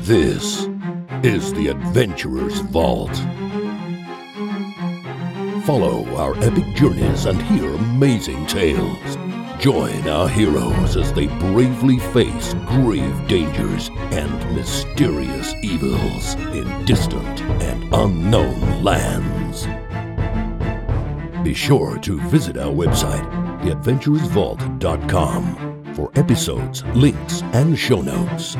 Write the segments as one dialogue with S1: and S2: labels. S1: This is the Adventurer's Vault. Follow our epic journeys and hear amazing tales. Join our heroes as they bravely face grave dangers and mysterious evils in distant and unknown lands. Be sure to visit our website, theadventurousvault.com, for episodes, links, and show notes.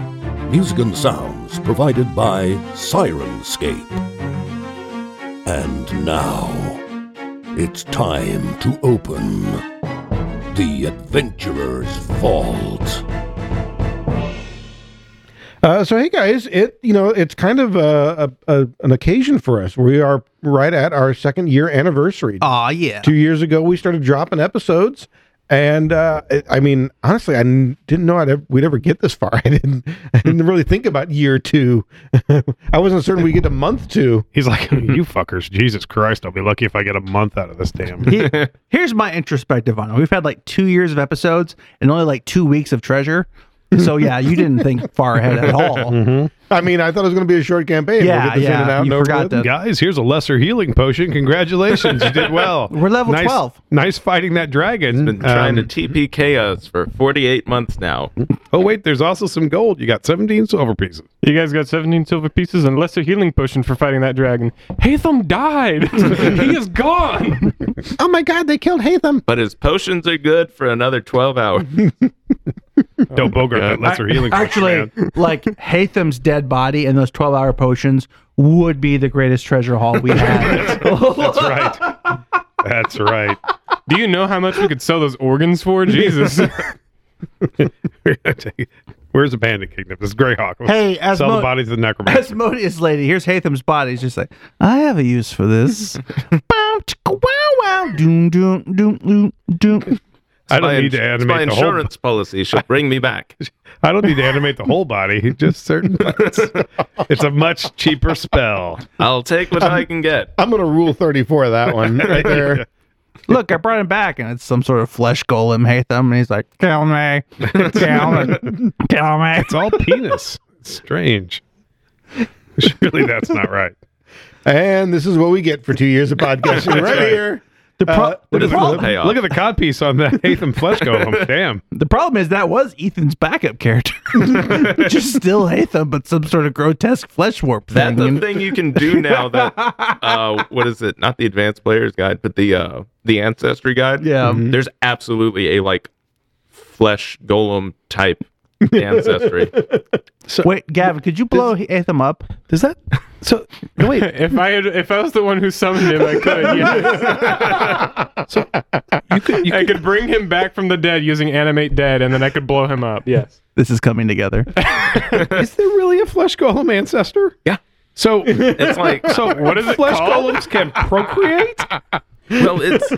S1: Music and sounds provided by Sirenscape. And now, it's time to open the Adventurer's Vault.
S2: Uh, so hey guys, it you know it's kind of a, a, a an occasion for us. We are right at our second year anniversary.
S3: Aw, yeah.
S2: Two years ago, we started dropping episodes, and uh, I- I mean honestly, I n- didn't know I'd ever, we'd ever get this far. I didn't I didn't really think about year two. I wasn't certain we'd get to month two.
S4: He's like, you fuckers, Jesus Christ, I'll be lucky if I get a month out of this damn.
S3: He- here's my introspective on it. We've had like two years of episodes and only like two weeks of treasure. So yeah, you didn't think far ahead at all.
S4: Mm-hmm.
S2: I mean, I thought it was going to be a short campaign.
S3: Yeah,
S2: get this in
S3: yeah,
S2: and out
S3: you
S2: and over
S3: forgot
S2: with.
S3: that.
S4: Guys, here's a lesser healing potion. Congratulations, you did well.
S3: We're level
S4: nice,
S3: 12.
S4: Nice fighting that dragon.
S5: Been trying
S4: Um,
S5: to TPK us for 48 months now.
S4: oh wait, there's also some gold. You got 17 silver pieces.
S6: You guys got 17 silver pieces and lesser healing potion for fighting that dragon. Hatham died. he is gone.
S2: Oh my God, they killed Hatham.
S5: But his potions are good for another 12 hours.
S4: Don't bogart that lesser healing potion.
S3: Actually,
S4: man.
S3: like Hatham's dead body and those twelve hour potions would be the greatest treasure haul we had.
S4: that's right. That's right.
S6: Do you know how much we could sell those organs for? Jesus.
S4: Where's the bandit kingdom? This is Greyhawk. Let's
S3: Hey,
S4: sell
S3: Asmo-
S4: the bodies of the necromancer.
S3: Asmodeus lady, here's Hatham's body. He's just like, I have a use for this. Bow, chicka, wow, wow, doom, doom, doom, doom, doom.
S4: I don't
S5: my
S4: need to
S5: ins- it's my
S4: animate the whole.
S5: insurance policy. She'll bring me back.
S4: I don't need to animate the whole body. Just certain parts. it's a much cheaper spell.
S5: I'll take what I can get.
S2: I'm going to rule thirty four of that one right there.
S3: Look, I brought him back, and it's some sort of flesh golem Hatham, and he's like, kill me, kill me, kill me.
S4: It's all penis. It's strange. Surely that's not right.
S2: and this is what we get for two years of podcasting right,
S4: right.
S2: here.
S3: The, pro-
S2: Uh,
S5: What
S3: the,
S5: is
S3: prob-
S5: the payoff?
S4: Look at the codpiece on that Hatham flesh golem. Damn.
S3: the problem is that was Ethan's backup character, which is still Hatham, but some sort of grotesque flesh warp
S5: That's
S3: thing.
S5: the thing you can do now that uh what is it? Not the advanced player's guide, but the uh the ancestry guide.
S3: Yeah.
S4: Mm-hmm.
S3: Mhm.
S5: There's absolutely a like flesh golem type ancestry.
S3: Wait, Gavin, could you blow Hatham up?
S4: Does that so no wait,
S6: if I had, if I was the one who summoned him, I could. Yes.
S4: you could you
S6: I could bring him back from the dead using animate dead, and then I could blow him up. Yes.
S3: This is coming together.
S4: is there really a flesh golem ancestor?
S5: Yeah.
S4: So
S5: It's like
S4: so what is it? Flesh golems can procreate?
S5: well it's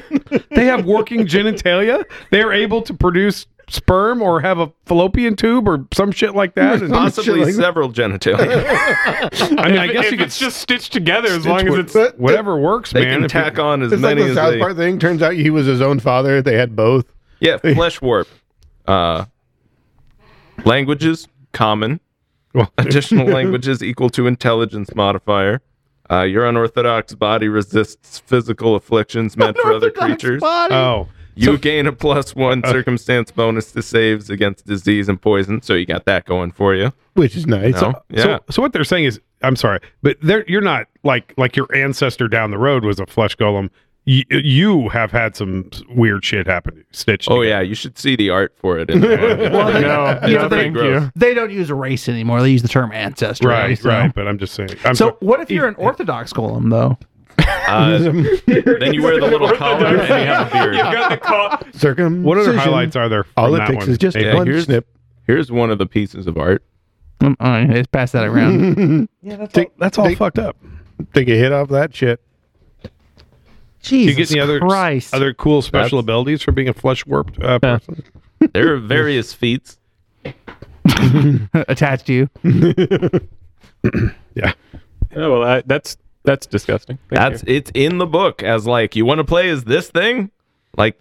S4: They have working genitalia. They are able to produce sperm or have a fallopian tube or some shit like that. And-
S5: possibly several genitalia.
S4: I mean, I
S6: If-
S4: guess
S6: if
S4: you could
S6: it's just stitched together as long as it's.
S2: But-
S4: whatever works,
S5: They
S4: man.
S5: can
S4: If you-
S5: tack on as
S2: It's like
S5: many
S2: the
S5: as
S2: South
S5: they
S2: Park thing. Turns out he was his own father. They had both.
S5: Yeah, flesh warp. Uh, languages common.
S4: Well-
S5: Additional languages equal to intelligence modifier. Uh, your unorthodox body resists physical afflictions meant for other creatures.
S4: Oh,
S5: You gain a plus one circumstance bonus to saves against disease and poison, so you got that going for you.
S2: Which is nice.
S5: No? yeah.
S4: So, so what they're saying is, I'm sorry, but they're, you're not like like your ancestor down the road was a flesh golem. Y- you have had some weird shit happen to you, stitched.
S5: oh
S4: together.
S5: yeah, you should see the art for it. In the
S3: Well, they-
S6: No,
S5: It's
S6: no,
S5: pretty
S6: thank
S5: gross.
S6: you.
S3: They don't use race anymore. They use the term ancestry.
S4: right,
S3: so-
S4: right. But I'm just saying. I'm
S3: So,
S4: sorry.
S3: what if you're an orthodox golem, though?
S5: Uh, then you wear the little collar and you have a beard.
S6: Got the call.
S2: Circum.
S4: what other highlights are there? From
S2: All it
S4: that
S2: takes
S4: one?
S2: is just
S4: Anything?
S2: one
S5: here's-
S2: snip.
S5: Here's one of the pieces of art.
S3: Um, all right, let's pass that around.
S4: Take- that's all fucked up.
S2: Take a hit off that shit.
S4: Do you
S3: Jesus
S4: get any other
S3: Christ.
S4: other cool special
S5: That's-
S4: abilities for being a flesh warped uh, person?
S5: There are various feats.
S3: attached to you.
S4: Yeah.
S6: Oh well, I, that's that's disgusting. Thank you.
S5: That's it's in the book as like you want to play as this thing, like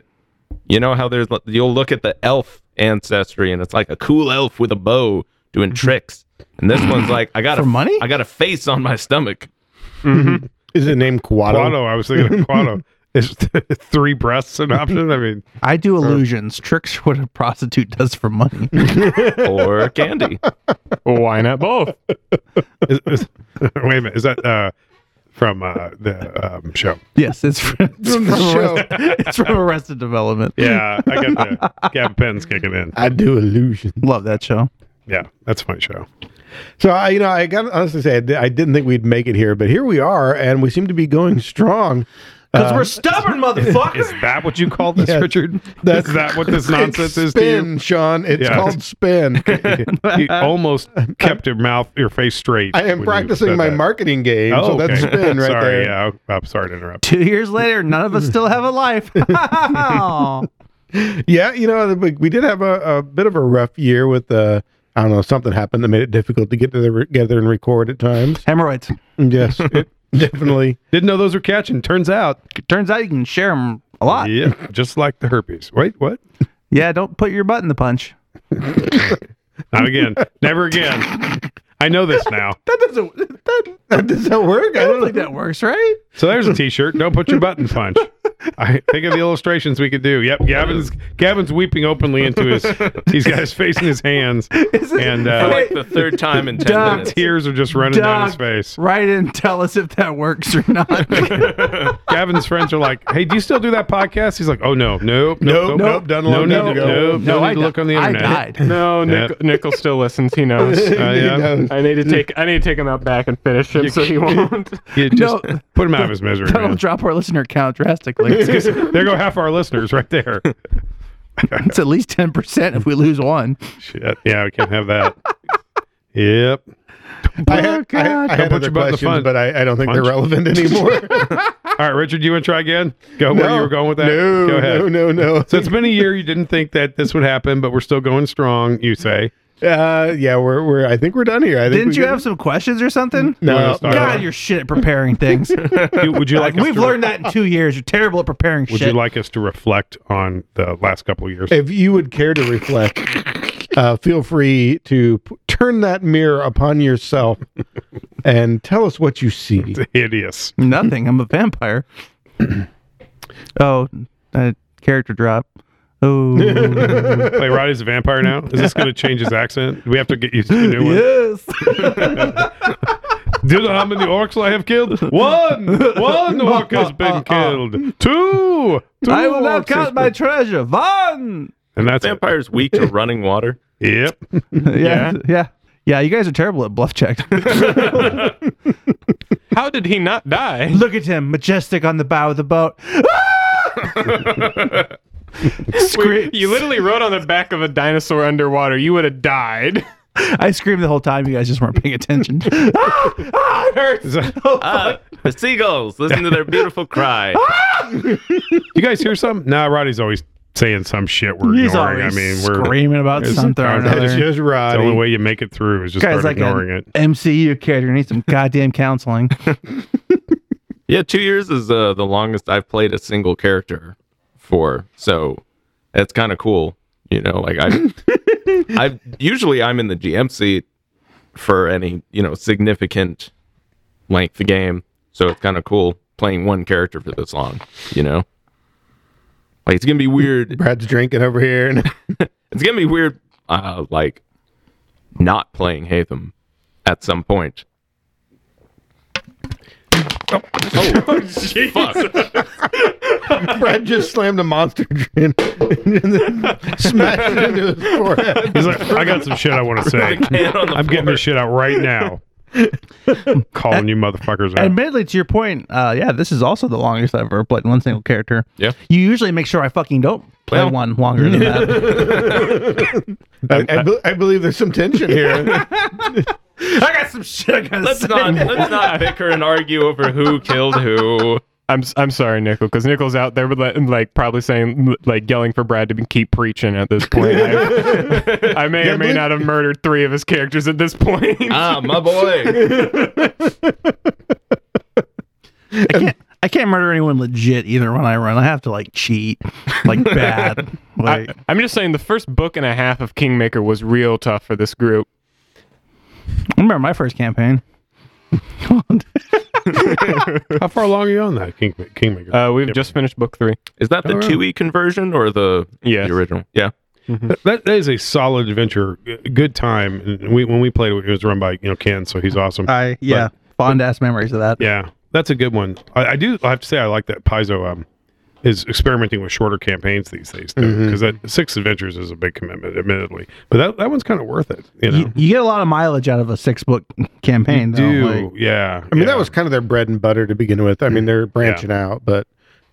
S5: you know how there's you'll look at the elf ancestry and it's like a cool elf with a bow doing tricks. And this one's like, I got
S3: For
S5: a
S3: money?
S5: I got a face on my stomach.
S2: Is it named Quado?
S4: Quado. I was thinking of Quado. Is three breasts an option? I mean,
S3: I do illusions. Tricks what a prostitute does for money.
S5: Or candy.
S6: Why not both?
S4: is, is, wait a minute. Is that uh, from uh, the um, show?
S3: yes, it's from, it's from,
S2: the show.
S3: Arrested, it's from Arrested Development.
S4: Yeah, I got the Gavin Penn's kicking in.
S2: I do illusion.
S3: Love that show.
S4: Yeah, that's my show.
S2: So I, you know, I got to honestly say I, di- I didn't think we'd make it here, but here we are, and we seem to be going strong.
S3: Because we're stubborn,
S4: Is
S3: motherfuckers.
S4: that what you call this,
S2: Yeah.
S4: Richard?
S2: That's-
S4: is that what this
S2: it's
S4: nonsense is to you?
S2: spin, Sean. It's
S4: Yeah.
S2: called spin.
S4: you almost kept your mouth, your face straight.
S2: I
S4: when
S2: am
S4: you
S2: practicing
S4: said
S2: my
S4: that. Oh,
S2: marketing game, so that's
S4: okay.
S2: spin right
S4: sorry,
S2: there.
S4: Yeah, I- I'm sorry to interrupt.
S3: Two years later, none of us still have a life. Wow.
S2: Yeah, you know, we, we did have a, a bit of a rough year with Uh, I don't know. Something happened that made it difficult to get to the- together and record at times.
S3: Hemorrhoids.
S2: Yes, it definitely.
S4: Didn't know those were catching. Turns out,
S3: Turns out you can share them a lot. Yeah.
S4: yeah, just like the herpes. Wait, what?
S3: don't put your butt in the punch.
S4: Not again. Never again. I know this now.
S3: That doesn't. That,
S2: Does that work? I
S3: I
S2: don't
S3: don't
S2: know.
S3: think that works, right?
S4: So there's a T-shirt. Don't put your button punch. I think of the illustrations we could do. Yep, Gavin's Gavin's weeping openly into his. He's got his face in his hands, and
S5: For
S4: uh,
S5: like the third time in ten
S3: Doc,
S5: minutes.
S4: tears are just running down his face.
S3: Write in, tell us if that works or not.
S4: Gavin's friends are like, "Hey, do you still do that podcast?" He's like, "Oh no, nope, nope, nope,
S2: nope, done a
S4: no,
S2: long
S4: no,
S2: time
S4: no,
S2: ago.
S4: no,
S3: No, I
S4: need to
S3: di-
S4: look on the
S3: I
S4: internet."
S3: died.
S6: No,
S4: Yeah.
S6: Nick, Nickel still listens. He knows.
S4: Uh, yeah.
S6: I need to take. I need to take him out back and finish him so he won't.
S4: You just
S3: No.
S4: put him out of his misery.
S3: That'll
S4: man.
S3: drop our listener count drastically.
S4: there go half our listeners right there.
S3: it's at least 10% if we lose one.
S4: Shit. Yeah, we can't have that. Yep.
S2: I had, I,
S3: God.
S2: I
S4: Don't
S2: had
S4: put
S2: other
S4: your butt in the
S2: questions,
S4: fun-
S2: but I, I don't think
S4: punch.
S2: they're relevant anymore.
S4: All right, Richard, you want to try again? Go where you were going with that.
S2: No,
S4: go ahead.
S2: no, no, no.
S4: So it's been a year. You didn't think that this would happen, but we're still going strong. You say?
S2: Uh, yeah, we're we're. I think we're done here. I think
S3: Didn't
S2: we
S3: you
S2: got-
S3: have some questions or something?
S2: No,
S4: Wanna start
S2: no.
S4: over?
S3: God, you're shit at preparing things.
S4: You- would you like? us
S3: We've
S4: to
S3: learned that in two years. You're terrible at preparing
S4: Would
S3: shit.
S4: you like us to reflect on the last couple of years?
S2: If you would care to reflect, uh, feel free to p- turn that mirror upon yourself and tell us what you see.
S4: Hideous.
S3: Nothing. I'm a vampire. oh, uh, character drop. Oh,
S4: Wait, Roddy's a vampire now. Is this going to change his accent? Do we have to get used to a new one?
S3: yes.
S4: Do you know how many orcs I have killed? One! One orc has been killed! Two! Two
S3: I will not
S4: orcs has
S3: count
S4: been-
S3: my treasure. Von.
S4: And that's it.
S5: Vampire's weak to running water.
S4: Yep.
S3: yeah. Yeah. Yeah. You guys are terrible at bluff check.
S6: How did he not die?
S3: Look at him, majestic on the bow of the boat. Ah! Scream.
S6: You literally rode on the back of a dinosaur underwater. You would have died.
S3: I screamed the whole time. You guys just weren't paying attention. Ah! Ah, it hurts.
S4: Is that-
S5: Ah, the seagulls, listen to their beautiful cry.
S4: you guys hear something? Nah, Roddy's always saying some shit we're
S3: He's
S4: ignoring. I
S3: always
S4: mean, we're
S3: screaming about
S4: it's-
S3: something or
S4: it's
S3: another.
S2: It's just
S4: the only
S2: Roddy.
S4: way you make it through is just
S3: Guy's
S4: start
S3: like
S4: ignoring
S3: an
S4: it.
S3: MCU character needs some goddamn counseling.
S5: Yeah, two years is uh, the longest I've played a single character for, so that's kind of cool. You know, like I, I usually I'm in the GM seat for any you know significant length of game, so it's kind of cool playing one character for this long. You know, like it's gonna be weird
S2: Brad's drinking over here, and
S5: it's gonna be weird uh like not playing Hatham at some point. Oh, fuck.
S2: Brad just slammed a monster drink and then smashed it into his forehead.
S4: He's like, I got some shit I want to say.
S5: Hand on the
S4: I'm getting
S5: floor.
S4: this shit out right now. Calling you motherfuckers out.
S3: Admittedly, to your point, uh, yeah, this is also the longest I've ever played one single character.
S5: Yeah.
S3: You usually make sure I fucking don't play
S5: Well-
S3: one longer than that.
S2: I, I, be- I believe there's some tension here.
S3: I got some shit. I gotta
S5: Let's
S3: say.
S5: not let's not bicker and argue over who killed who.
S6: I'm s- I'm sorry, Nickel, because Nickel's out there, but like, like probably saying like yelling for Brad to be, keep preaching at this point. I, I may
S2: Yeah,
S6: or may
S2: dude.
S6: not have murdered three of his characters at this point.
S5: Ah, my boy.
S3: I can't. I can't murder anyone legit either when I run. I have to like cheat, like bad. Like
S6: I, am just saying the first book and a half of Kingmaker was real tough for this group.
S3: I remember my first campaign.
S4: How far along are you on that, King, Kingmaker?
S6: Uh, we've just finished book three.
S5: Is that the
S4: Oh,
S5: two E conversion or the,
S6: Yes.
S5: the original? Yeah.
S4: That- that- that is a solid adventure, g- good time. And we, when we played it, it was run by you know Ken, so he's awesome.
S3: I yeah, fond ass memories of that.
S4: Yeah, that's a good one. I, I do. I have to say, I like that Paizo um, is experimenting with shorter campaigns these days because that six adventures is a big commitment, admittedly. But that, that one's kind of worth it. You know,
S3: You, you get a lot of mileage out of a six book campaign. though,
S4: do
S3: like-
S4: yeah.
S2: I mean, that was kind of their bread and butter to begin with. I mean, they're branching out, but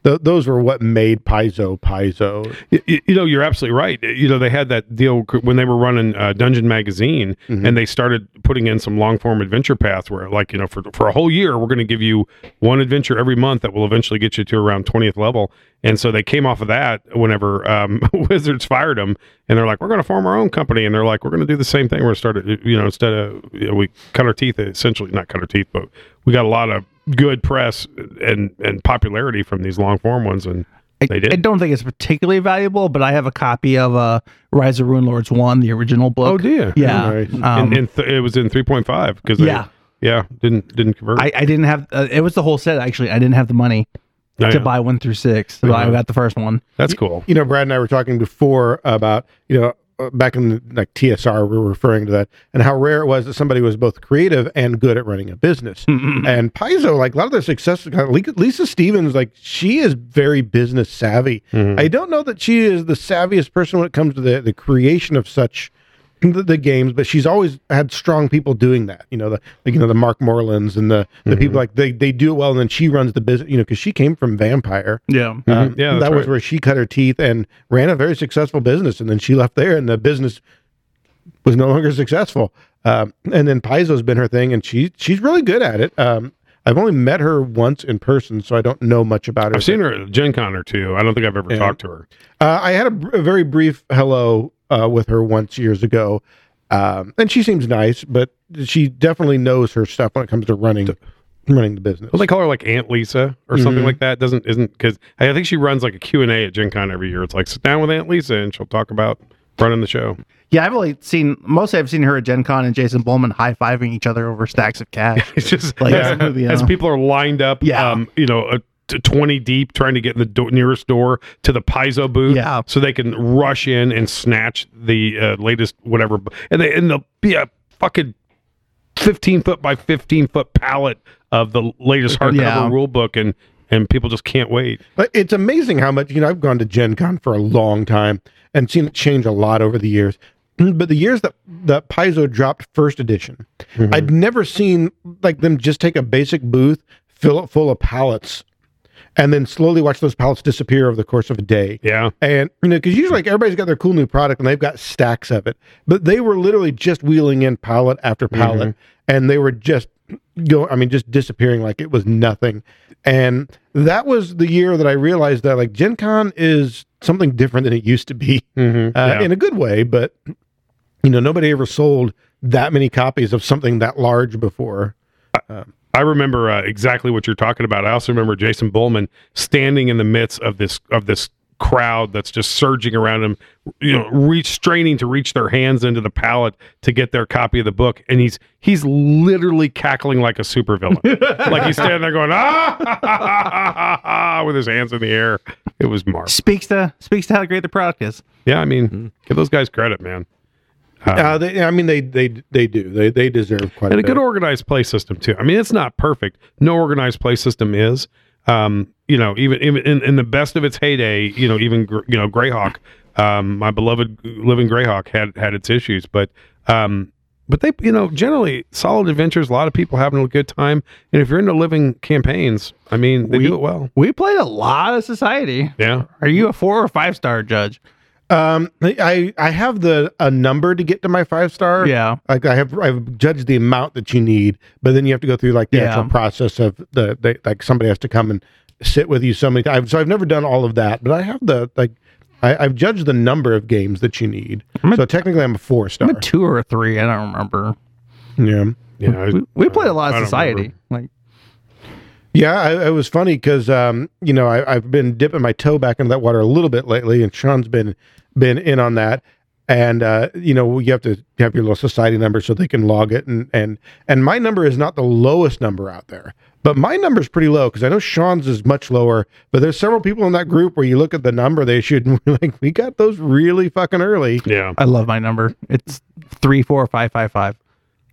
S2: th- those were what made Paizo Paizo.
S4: Y- y- you know you're absolutely right you know they had that deal c- when they were running uh, dungeon magazine
S3: Mm-hmm.
S4: and they started putting in some long form adventure paths where like you know for, for a whole year we're going to give you one adventure every month that will eventually get you to around 20th level and so they came off of that whenever um, wizards fired them and they're like we're going to form our own company and they're like we're going to do the same thing we're going to start a- you know instead of you know, we cut our teeth essentially not cut our teeth but we got a lot of good press and and popularity from these long form ones and
S3: I,
S4: they did
S3: I don't think it's particularly valuable, but I have a copy of uh, Rise of Rune Lords one, the original book.
S4: Oh dear.
S3: Yeah.
S4: Nice.
S3: Um,
S4: and and th- it was in 3.5 because
S3: Yeah.
S4: yeah, yeah, didn't didn't convert.
S3: I, I didn't have uh, it was the whole set actually. I didn't have the money
S4: I
S3: to
S4: know.
S3: buy one through six, so I
S4: Yeah.
S3: got the first one.
S4: That's cool.
S2: You know, Brad and I were talking before about you know uh, back in the, like TSR, we were referring to that and how rare it was that somebody was both creative and good at running a business. And Paizo, like a lot of their success, uh, Lisa Stevens, like she is very business savvy. I don't know that she is the savviest person when it comes to the the creation of such the, the games, but she's always had strong people doing that. You know, the like, you know the Mark Morlands and the the people like they they do it well, and then she runs the business. You know, because she came from Vampire.
S3: Yeah.
S2: Um,
S4: Yeah,
S2: that
S4: that's
S2: was
S4: right.
S2: where she cut her teeth and ran a very successful business, and then she left there, and the business was no longer successful. Um, and then Paizo's been her thing, and she she's really good at it. Um, I've only met her once in person, so I don't know much about her.
S4: I've seen her at Gen Con or two. I don't think I've ever talked to her.
S2: Uh, I had a, br- a very brief hello uh, with her once years ago, um, and she seems nice, but she definitely knows her stuff when it comes to running running the business.
S4: Well, they call her like Aunt Lisa or
S3: Mm-hmm.
S4: something like that. Doesn't isn't because I think she runs like a Q and A at Gen Con every year. It's like sit down with Aunt Lisa and she'll talk about running the show.
S3: Yeah, I've only seen mostly I've seen her at Gen Con and Jason Bowman high fiving each other over stacks of cash.
S4: It's just
S3: Like,
S4: like
S3: that's a movie,
S4: as
S3: huh?
S4: people are lined up,
S3: Yeah.
S4: um, you know, uh, t- twenty deep, trying to get in the do- nearest door to the Paizo booth,
S3: Yeah.
S4: so they can rush in and snatch the uh, latest whatever, b- and they and they'll be a fucking fifteen foot by fifteen foot pallet of the latest hardcover
S3: Yeah.
S4: rule book, and and people just can't wait.
S2: But Uh, it's amazing how much, you know, I've gone to Gen Con for a long time and seen it change a lot over the years. Mm, But the years that, that Paizo dropped first edition, I'd never seen like them just take a basic booth, fill it full of pallets, and then slowly watch those pallets disappear over the course of a day.
S4: Yeah,
S2: And you know, because usually like everybody's got their cool new product and they've got stacks of it, but they were literally just wheeling in pallet after pallet,
S4: Mm-hmm.
S2: and they were just go. I mean, just disappearing like it was nothing. And that was the year that I realized that like Gen Con is something different than it used to be
S4: mm-hmm.
S2: uh, in a good way, but you know, nobody ever sold that many copies of something that large before.
S4: I remember uh, exactly what you're talking about. I also remember Jason Bullman standing in the midst of this of this crowd that's just surging around him, you know, reach straining to reach their hands into the pallet to get their copy of the book, and he's he's literally cackling like a supervillain, like he's standing there going ah, ha, ha, ha, ha, ha," with his hands in the air. It was Mark.
S3: Speaks to speaks to how great the product is.
S4: Yeah, I mean, give those guys credit, man.
S2: Uh, they, I mean, they they they do. They they deserve quite
S4: and
S2: a
S4: a
S2: bit.
S4: good
S3: uh,
S4: organized play system too. I mean, it's not perfect. No organized play system is. Um, you know, even, even in, in the best of its heyday, you know, even gr- you know, Greyhawk, um, my beloved living Greyhawk had had its issues, but um, but they, you know, generally solid adventures. A lot of people having a good time, and if you're into living campaigns, I mean, they do it well.
S3: We played a lot of society.
S4: Yeah,
S3: Are you a four or five star judge?
S2: Um, I I have the a number to get to my five star.
S3: Yeah.
S2: like I have I've judged the amount that you need, but then you have to go through like the
S3: Yeah.
S2: actual process of the, the like somebody has to come and sit with you so many times. So I've never done all of that, but I have the like I, I've judged the number of games that you need. so technically, I'm a four star.
S3: I'm a two or a three. I don't remember.
S2: yeah.
S4: yeah. I-
S3: We, we played a lot
S4: I
S3: of
S4: don't
S3: society.
S4: remember.
S3: Like
S2: Yeah, I, it was funny because um, you know I, I've been dipping my toe back into that water a little bit lately, and Sean's been been in on that, and uh, you know you have to have your little society number so they can log it and and and my number is not the lowest number out there but my number is pretty low because i know sean's is much lower but there's several people in that group where you look at the number they issued and we're like we got those really fucking early
S4: Yeah.
S3: I love my number. It's three four five five five.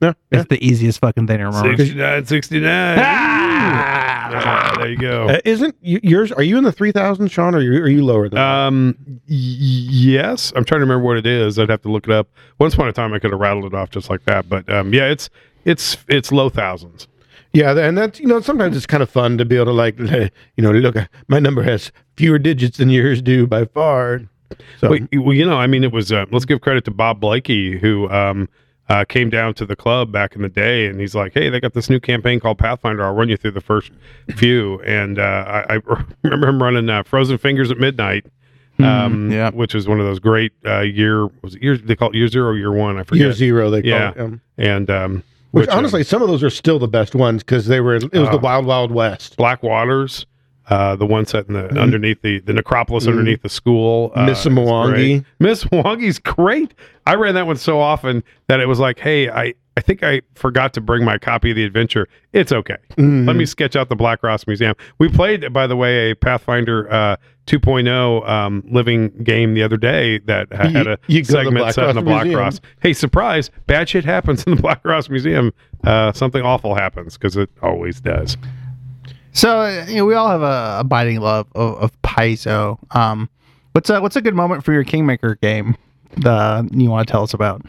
S2: yeah, yeah.
S3: It's the easiest fucking thing to remember.
S4: 69, 69. Ah, there you go.
S2: Uh, isn't y- yours are you in the 3000 sean or are you, are you lower than that?
S4: Um, y- yes, I'm trying to remember what it is. I'd have to look it up. Once upon a time, I could have rattled it off just like that. But um, yeah, it's it's it's low thousands.
S2: Yeah, th- and that's you know sometimes it's kind of fun to be able to like you know look my number has fewer digits than yours do by far. So
S4: Well, y- well, you know, I mean, it was. Uh, let's give credit to Bob Blakey, who um, uh, came down to the club back in the day, and he's like, "Hey, they got this new campaign called Pathfinder. I'll run you through the first few." And uh, I, I remember him running uh, Frozen Fingers at Midnight,
S2: Hmm,
S4: um,
S3: yeah.
S4: which was one of those great uh, year was it year they call it year zero, year one, I forget.
S2: year zero they call
S4: Yeah.
S2: it. Um,
S4: And um,
S2: which,
S4: um,
S2: honestly, some of those are still the best ones because they were it was the
S4: Uh,
S2: wild wild west.
S4: Black Waters. Uh, the one set in the underneath the the necropolis underneath the school.
S2: Mm.
S4: Uh,
S2: Miss
S4: is great.
S2: Mwangi.
S4: Miss Mwangi's great. I ran that one so often that it was like, hey, I I think I forgot to bring my copy of the adventure. It's okay.
S2: Mm-hmm.
S4: Let me sketch out the Black Ross Museum. We played, by the way, a Pathfinder uh, 2.0 um, living game the other day that ha- had a
S2: You- you go to the
S4: segment
S2: Black
S4: set in the
S2: Ross
S4: Black
S2: Museum.
S4: Ross. Hey, surprise! Bad shit happens in the Black Ross Museum. Uh, something awful happens because it always does.
S3: So uh, you know, we all have a abiding love of, of Paizo. Um, what's a what's a good moment for your Kingmaker game? The you want to tell us about?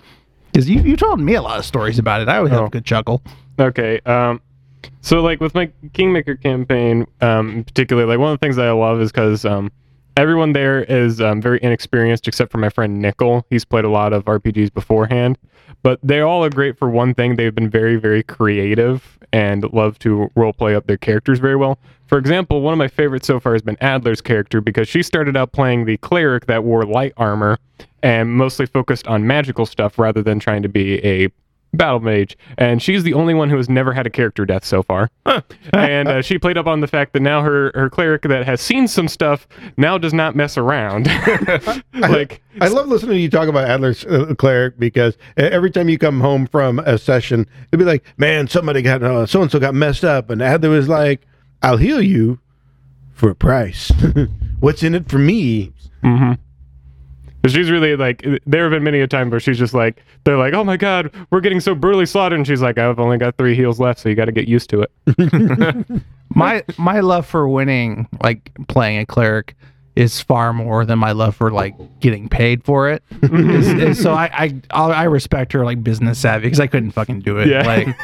S3: Because you you told me a lot of stories about it. I always have a good chuckle.
S6: Okay. Um, so like with my Kingmaker campaign, um, particularly like one of the things that I love is because um, everyone there is um, very inexperienced except for my friend Nickel. He's played a lot of RPGs beforehand, but they all are great for one thing. They've been very very creative and love to role play up their characters very well. For example, one of my favorites so far has been Adler's character because she started out playing the cleric that wore light armor and mostly focused on magical stuff rather than trying to be a battle mage and she's the only one who has never had a character death so far and uh, she played up on the fact that now her her cleric that has seen some stuff now does not mess around like
S2: I love listening to you talk about Adler's uh, cleric because e- every time you come home from a session, it'd be like, man, somebody got so and so got messed up, and Adler was like, I'll heal you for a price. What's in it for me?
S6: But she's really like, there have been many a time where she's just like, they're like, oh my God, we're getting so brutally slaughtered. And she's like, I've only got three heals left, so you got to get used to it.
S3: My my love for winning, like playing a cleric, is far more than my love for like getting paid for it. It's- it's- so I I I'll- I respect her like business savvy because I couldn't fucking do it.
S6: Yeah.
S3: Like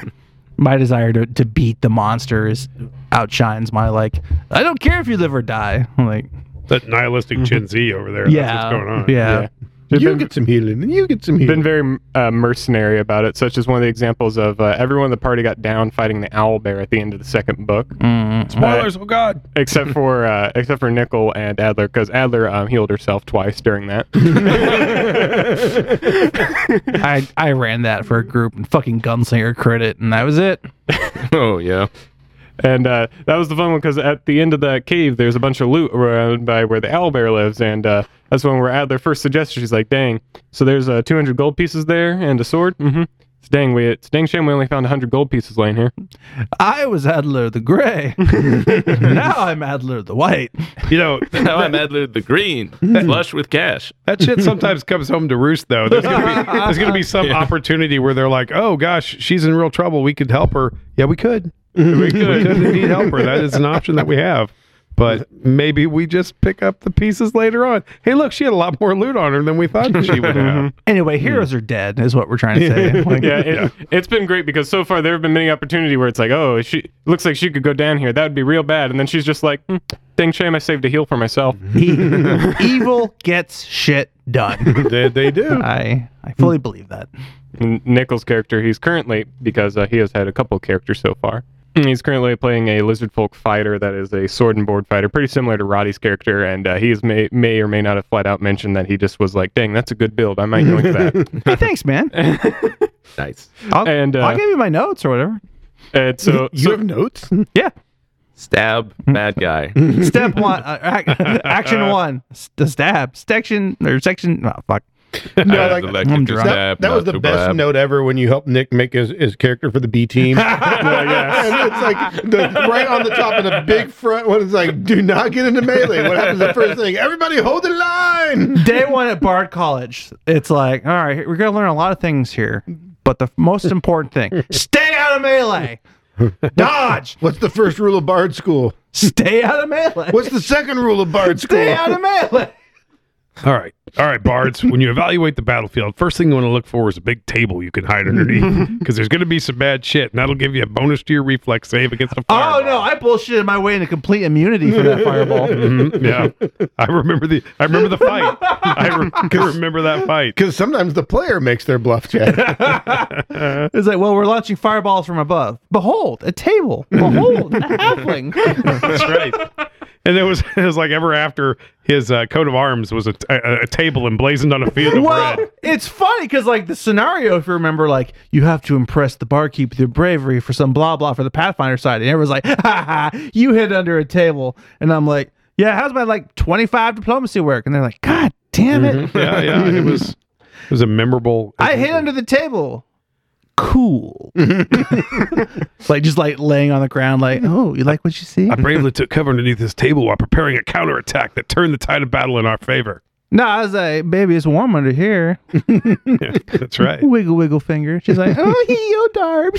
S3: my desire to, to beat the monsters outshines my like I don't care if you live or die. I'm like
S4: That nihilistic Gen Z over there.
S3: yeah,
S4: That's what's going on.
S3: yeah.
S6: She's
S2: You
S6: been-
S2: get some healing, and you get some
S6: been
S2: healing.
S6: very uh, mercenary about it. Such as one of the examples of uh, everyone in the party got down fighting the owl bear at the end of the second book,
S3: Mm-hmm.
S4: Spoilers, oh God.
S6: except for uh, except for Nickel and Adler, because Adler um, healed herself twice during that.
S3: I I ran that for a group and fucking gunslinger credit and that was it.
S5: Oh yeah.
S6: And uh, that was the fun one because at the end of that cave, there's a bunch of loot around by where the owlbear lives. And uh, that's when we're at their first suggestion. She's like, dang, so there's uh, 200 gold pieces there and a sword? Mm-hmm. It's dang, we, it's dang shame we only found 100 gold pieces laying here.
S3: I was Adler the Gray. now I'm Adler the White.
S4: You know,
S5: Now I'm Adler the Green, flush with cash.
S4: that shit sometimes comes home to roost, though. There's gonna be there's gonna be some opportunity where they're like, "Oh gosh, she's in real trouble. We could help her. Yeah, we could. we could. we could indeed help her. That is an option that we have." But maybe we just pick up the pieces later on. Hey, look, she had a lot more loot on her than we thought she would have.
S3: Anyway, heroes are dead is what we're trying to say. Like,
S6: Hmm. yeah, it, it's been great because so far there have been many opportunity where it's like, oh, she looks like she could go down here. That would be real bad. And then she's just like, hmm, dang shame I saved a heal for myself.
S3: e- evil gets shit done.
S4: they, they do.
S3: I I fully believe that.
S6: N- Nickel's character he's currently because uh, he has had a couple of characters so far. Mm, He's currently playing a lizard folk fighter that is a sword and board fighter, pretty similar to Roddy's character. And uh, he's may may or may not have flat out mentioned that he just was like, "Dang, that's a good build. I might yoink that."
S3: Hey, thanks, man.
S5: Nice.
S3: I'll,
S6: And, uh,
S3: I'll give you my notes or whatever.
S6: and so,
S2: You have notes?
S3: Yeah.
S5: Stab bad guy.
S3: Step one, uh, ac- action one, st- stab. Section or section. Oh, fuck.
S5: No,
S2: I like-
S3: I'm drunk.
S2: That, that was the best note ever when you helped Nick make his, his character for the B team. And it's like the, right on the top in a big front one. It's like, do not get into melee. What happens the first thing? Everybody hold the line.
S3: Day one at Bard College, it's like, all right, we're gonna learn a lot of things here, but the most important thing: stay out of melee, dodge,
S2: What's the first rule of Bard School?
S3: stay out of melee,
S2: What's the second rule of Bard School?
S3: stay out of melee.
S4: All right. All right, Bards. when you evaluate the battlefield, first thing you want to look for is a big table you can hide underneath because there's going to be some bad shit, and that'll give you a bonus to your reflex save against the
S3: Oh
S4: fireball.
S3: no, I bullshitted my way into complete immunity for that fireball.
S4: Mhm, yeah, I remember the I remember the fight. I re- I remember that fight.
S2: Because sometimes the player makes their bluff check.
S3: It's like, well, we're launching fireballs from above. Behold, a table. Behold, a halfling.
S4: That's right. And it was it was like ever after his uh, coat of arms was a, t- a- a table emblazoned on a field of
S3: well,
S4: red.
S3: it's funny because, like, the scenario, if you remember, like, you have to impress the barkeep with your bravery for some blah blah for the Pathfinder side. And everyone's like, ha ha, you hid under a table. And I'm like, yeah, how's my, like, 25 diplomacy work? And they're like, God damn it.
S4: Yeah, yeah. It was it was a memorable.
S3: I hid under the table. Cool. like, just like laying on the ground, like, oh, you like what you see?
S4: I bravely took cover underneath this table while preparing a counterattack that turned the tide of battle in our favor.
S3: No, I was like, baby, it's warm under here.
S4: Yeah, that's right.
S3: wiggle wiggle finger. She's like, oh, he, oh, Darb,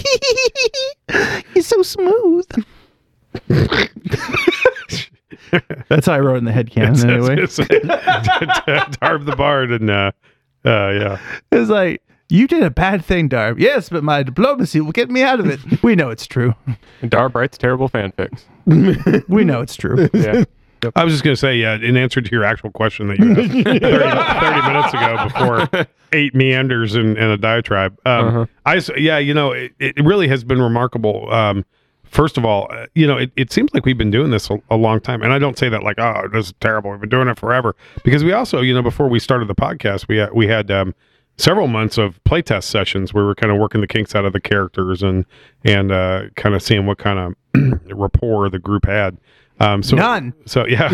S3: he's so smooth. That's how I wrote in the head canon anyway.
S4: It's- it's- Darb the Bard and uh, uh, yeah,
S3: It's like, you did a bad thing, Darb. Yes, but my diplomacy will get me out of it. We know it's true.
S6: Darb writes terrible fanfics.
S3: We know it's true.
S6: Yeah.
S4: I was just gonna say yeah. In answer to your actual question that you asked 30, 30 minutes ago, before eight meanders and, and a diatribe, um, I s- yeah, you know, it, it really has been remarkable. Um, first of all, uh, you know, it, it seems like we've been doing this a, a long time, and I don't say that like oh this is terrible. We've been doing it forever because we also you know before we started the podcast we had, we had. Um, several months of playtest sessions where we were kind of working the kinks out of the characters and and uh, kind of seeing what kind of rapport the group had. Um, so
S3: None.
S4: So yeah,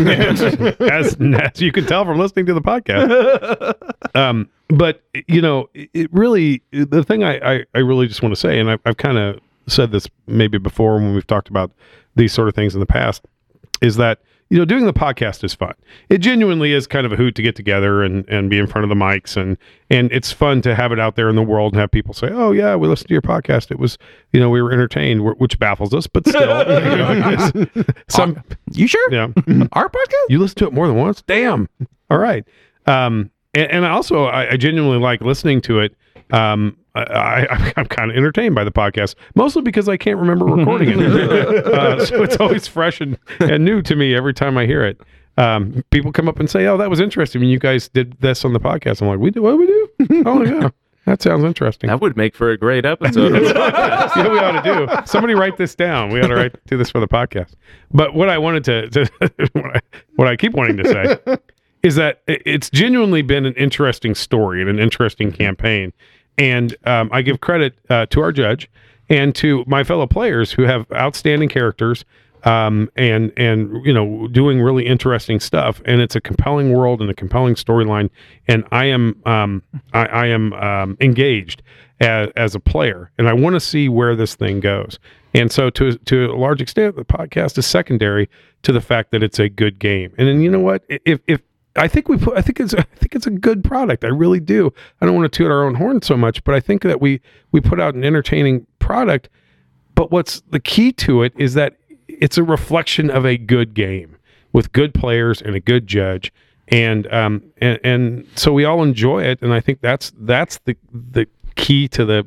S4: as, as you can tell from listening to the podcast. Um, but you know, it, it really the thing I I, I really just want to say, and I, I've kind of said this maybe before when we've talked about these sort of things in the past, is that you know doing the podcast is fun. It genuinely is kind of a hoot to get together and and be in front of the mics and and it's fun to have it out there in the world and have people say, "Oh yeah, we listened to your podcast. It was you know we were entertained," wh- which baffles us, but still, you know, it's- some
S3: You sure?
S4: yeah.
S3: Our podcast?
S4: You listen to it more than once? Damn. All right. Um, and, and also, I, I genuinely like listening to it. Um, I, I, I'm kind of entertained by the podcast, mostly because I can't remember recording it. uh, so it's always fresh and, and new to me every time I hear it. Um, people come up and say, "Oh, that was interesting. When you guys did this on the podcast." I'm like, "We do what do we do? oh yeah, that sounds interesting.
S5: That would make for a great episode.
S4: yeah, we ought to do. Somebody write this down. We ought to write do this for the podcast. But what I wanted to, to what, I, what I keep wanting to say is that i- it's genuinely been an interesting story and an interesting campaign, and um, I give credit uh, to our judge and to my fellow players who have outstanding characters um, and and you know doing really interesting stuff. And it's a compelling world and a compelling storyline. And I am um, I, I am um, engaged as, as a player, and I want to see where this thing goes. And so, to to a large extent, the podcast is secondary to the fact that it's a good game. And then you know what? I- If if I think we put, I think it's I think it's a good product. I really do. I don't want to toot our own horn so much, but I think that we we put out an entertaining product but what's the key to it is that it's a reflection of a good game with good players and a good judge, and um, and, and so we all enjoy it, and I think that's that's the the key to the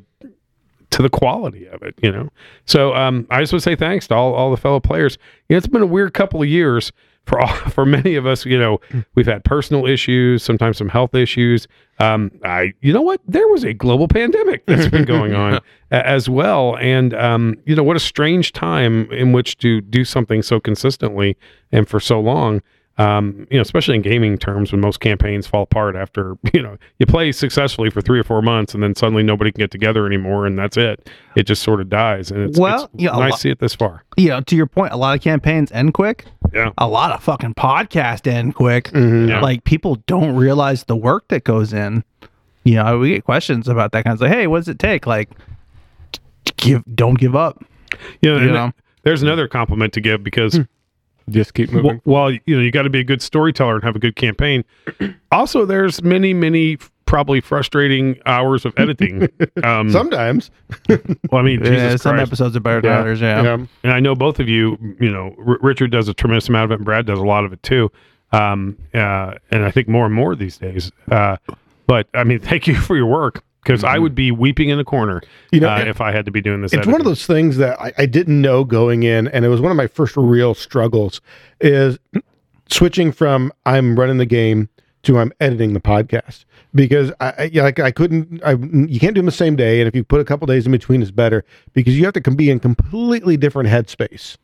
S4: to the quality of it, you know. So um, I just want to say thanks to all all the fellow players. You know, it's been a weird couple of years for all, for many of us. You know, we've had personal issues, sometimes some health issues. Um, I, you know what? There was a global pandemic that's been going on a- as well, and um, you know what a strange time in which to do something so consistently and for so long um, you know, especially in gaming terms, when most campaigns fall apart after you know you play successfully for three or four months, and then suddenly nobody can get together anymore, and that's it. It just sort of dies, and it's,
S3: Well,
S4: it's
S3: yeah, a
S4: nice
S3: lot-
S4: to see it this far.
S3: You know, to your point, a lot of campaigns end quick.
S4: Yeah. Mm-hmm.
S3: a lot of fucking podcast in quick.
S2: Mhm.
S4: Yeah.
S3: Like people don't realize the work that goes in. You know, we get questions about that kind of like, hey, what does it take? Like, give, don't give up.
S4: Yeah, and
S3: You know? Hmm.
S4: there's another compliment to give because
S6: Just keep
S4: w-
S6: moving.
S4: while you know you got to be a good storyteller and have a good campaign, also there's many many f- probably frustrating hours of editing. Um,
S2: Sometimes.
S4: well, I mean, Jesus
S3: Yeah, some
S4: Christ.
S3: episodes are better than
S4: Yeah.
S3: others. Yeah.
S2: Yeah.
S4: and I know both of you. You know, R- Richard does a tremendous amount of it, and Brad does a lot of it too. Um, uh, and I think more and more these days. Uh, but I mean, thank you for your work because I would be weeping in a corner
S2: Mm-hmm. You know,
S4: uh,
S2: it-
S4: if I had to be doing this.
S2: It's one of
S4: editing.
S2: those things that I, I didn't know going in, and it was one of my first real struggles is switching from I'm running the game to I'm editing the podcast because I, I yeah, like I couldn't I you can't do them the same day, and if you put a couple days in between, it's better because you have to com- be in completely different headspace.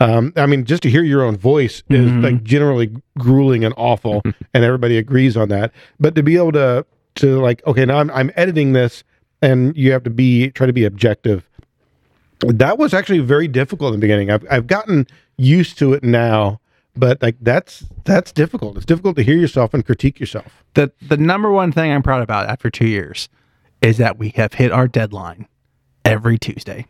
S2: Um, I mean, just to hear your own voice is
S3: Mhm.
S2: like generally grueling and awful, and everybody agrees on that. But to be able to to like, okay, now I'm I'm editing this, and you have to be try to be objective. That was actually very difficult in the beginning. I've I've gotten used to it now, but like that's that's difficult. It's difficult to hear yourself and critique yourself.
S3: The the number one thing I'm proud about after two years is that we have hit our deadline every Tuesday.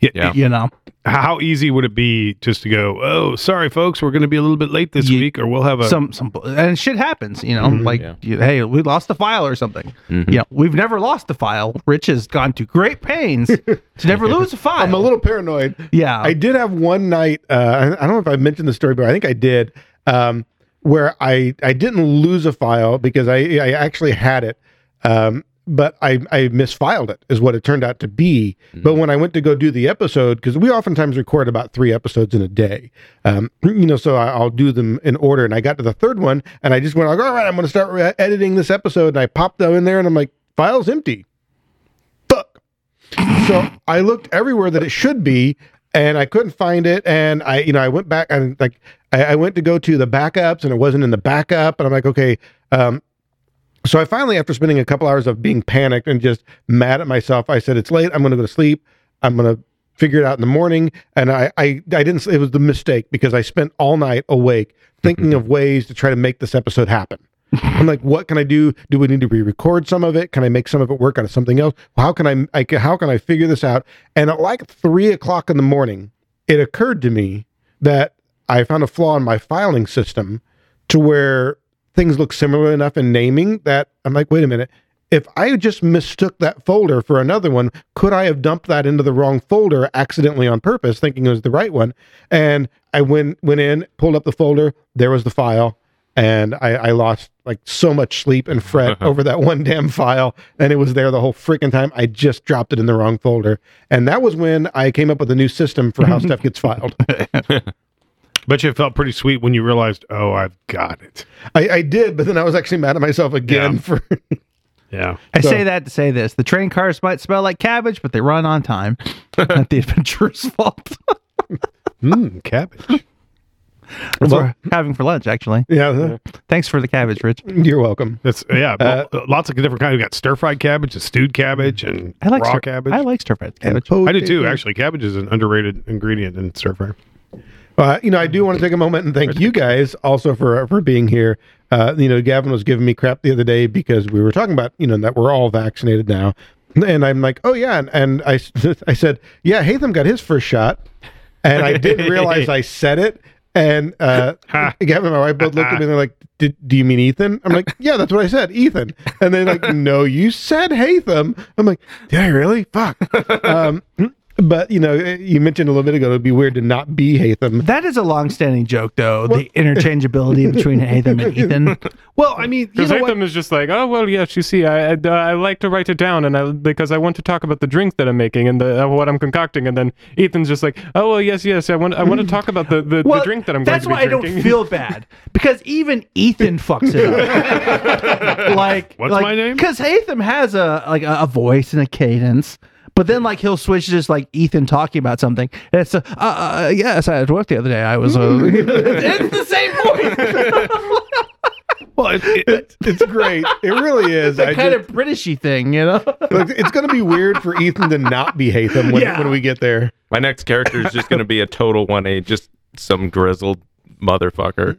S4: Yeah.
S5: Yeah.
S3: You know,
S4: How easy would it be just to go? Oh, sorry, folks, we're going to be a little bit late this
S3: Ye-
S4: week, or we'll have a
S3: some some and shit happens. You know, like
S5: Yeah.
S3: you- hey, we lost the file or something.
S5: Mhm.
S3: Yeah, we've never lost the file. Rich has gone to great pains to never lose a file.
S2: I'm a little paranoid.
S3: yeah.
S2: I did have one night. Uh, I I don't know if I mentioned the story, but I think I did. Um, where I I didn't lose a file because I I actually had it, um, but I I misfiled it is what it turned out to be. But when I went to go do the episode, because we oftentimes record about three episodes in a day, um, you know, so I, I'll do them in order. And I got to the third one, and I just went like, all right, I'm going to start re- editing this episode, and I popped them in there, and I'm like, file's empty. Fuck. So I looked everywhere that it should be, and I couldn't find it. And I, you know, I went back and like I, I went to go to the backups, and it wasn't in the backup. And I'm like, okay. Um, so I finally, after spending a couple hours of being panicked and just mad at myself, I said, "It's late. I'm going to go to sleep. I'm going to figure it out in the morning." And I, I, I didn't. It was the mistake because I spent all night awake thinking of ways to try to make this episode happen. I'm like, what can I do? Do we need to re-record some of it? Can I make some of it work out of something else? How can I, I ca- how can I figure this out? And at like three o'clock in the morning, it occurred to me that I found a flaw in my filing system to where things look similar enough in naming that I'm like, wait a minute. If I just mistook that folder for another one, could I have dumped that into the wrong folder accidentally on purpose, thinking it was the right one? And I went went in, pulled up the folder, there was the file, and I, I lost like so much sleep and fret over that one damn file, and it was there the whole freaking time. I just dropped it in the wrong folder, and that was when I came up with a new system for how stuff gets filed.
S4: Bet you it felt pretty sweet when you realized, oh, I've got it.
S2: I, I did, but then I was actually mad at myself again
S4: Yeah.
S2: for
S4: Yeah.
S3: I
S2: So-
S3: say that to say this: the train cars might smell like cabbage, but they run on time. Not the adventurer's fault.
S4: Mmm, cabbage.
S3: That's
S2: Well-
S3: what we're having for lunch, actually.
S2: yeah.
S3: Thanks for the cabbage, Rich.
S2: You're welcome.
S4: That's yeah.
S2: Uh,
S4: well, lots of different kinds. We got stir fried cabbage, and stewed cabbage, and
S3: I like
S4: raw
S3: stir-
S4: cabbage.
S3: I like stir fried cabbage.
S4: I do too. Actually, cabbage is an underrated ingredient in stir fry.
S2: Uh, you know, I do want to take a moment and thank you guys also for for being here. Uh, you know, Gavin was giving me crap the other day because we were talking about you know that we're all vaccinated now, and I'm like, oh yeah, and, and I s- I said, yeah, Hatham got his first shot, and I didn't realize I said it. And uh, Gavin and my wife both looked at me and they're like, Did, "Do you mean Ethan?" I'm like, "Yeah, that's what I said, Ethan." And they're like, "No, you said Hatham." I'm like, "Did I really? Fuck." Um, but you know, you mentioned a little bit ago it'd be weird to not be Hatham.
S3: That is a long-standing joke, though. The interchangeability between Hatham and Ethan.
S4: Well, I mean, you
S6: Because
S4: know
S6: Anthem is just like, oh well, yes, you see, I I, uh, I like to write it down, and I because I want to talk about the drink that I'm making and the, uh, what I'm concocting, and then Ethan's just like, oh well, yes, yes, I want I want to talk about the, the, the drink that I'm going
S3: that's
S6: to be
S3: why I
S6: drinking.
S3: don't feel bad because even Ethan fucks it up. like,
S4: What's my name?
S3: Because Hatham has a like a, a voice and a cadence, but then like he'll switch to just like Ethan talking about something. And it's a, uh, uh, yes, I had work the other day. I was. Uh, it's the same voice.
S4: well, it, it,
S2: It's great. It really is. I
S3: that kind
S2: just,
S3: of Britishy thing, you know.
S2: like, it's going to be weird for Ethan to not be Hatham when,
S3: Yeah.
S2: when we get there.
S5: My next character is just going to be a total 1A, just some grizzled motherfucker.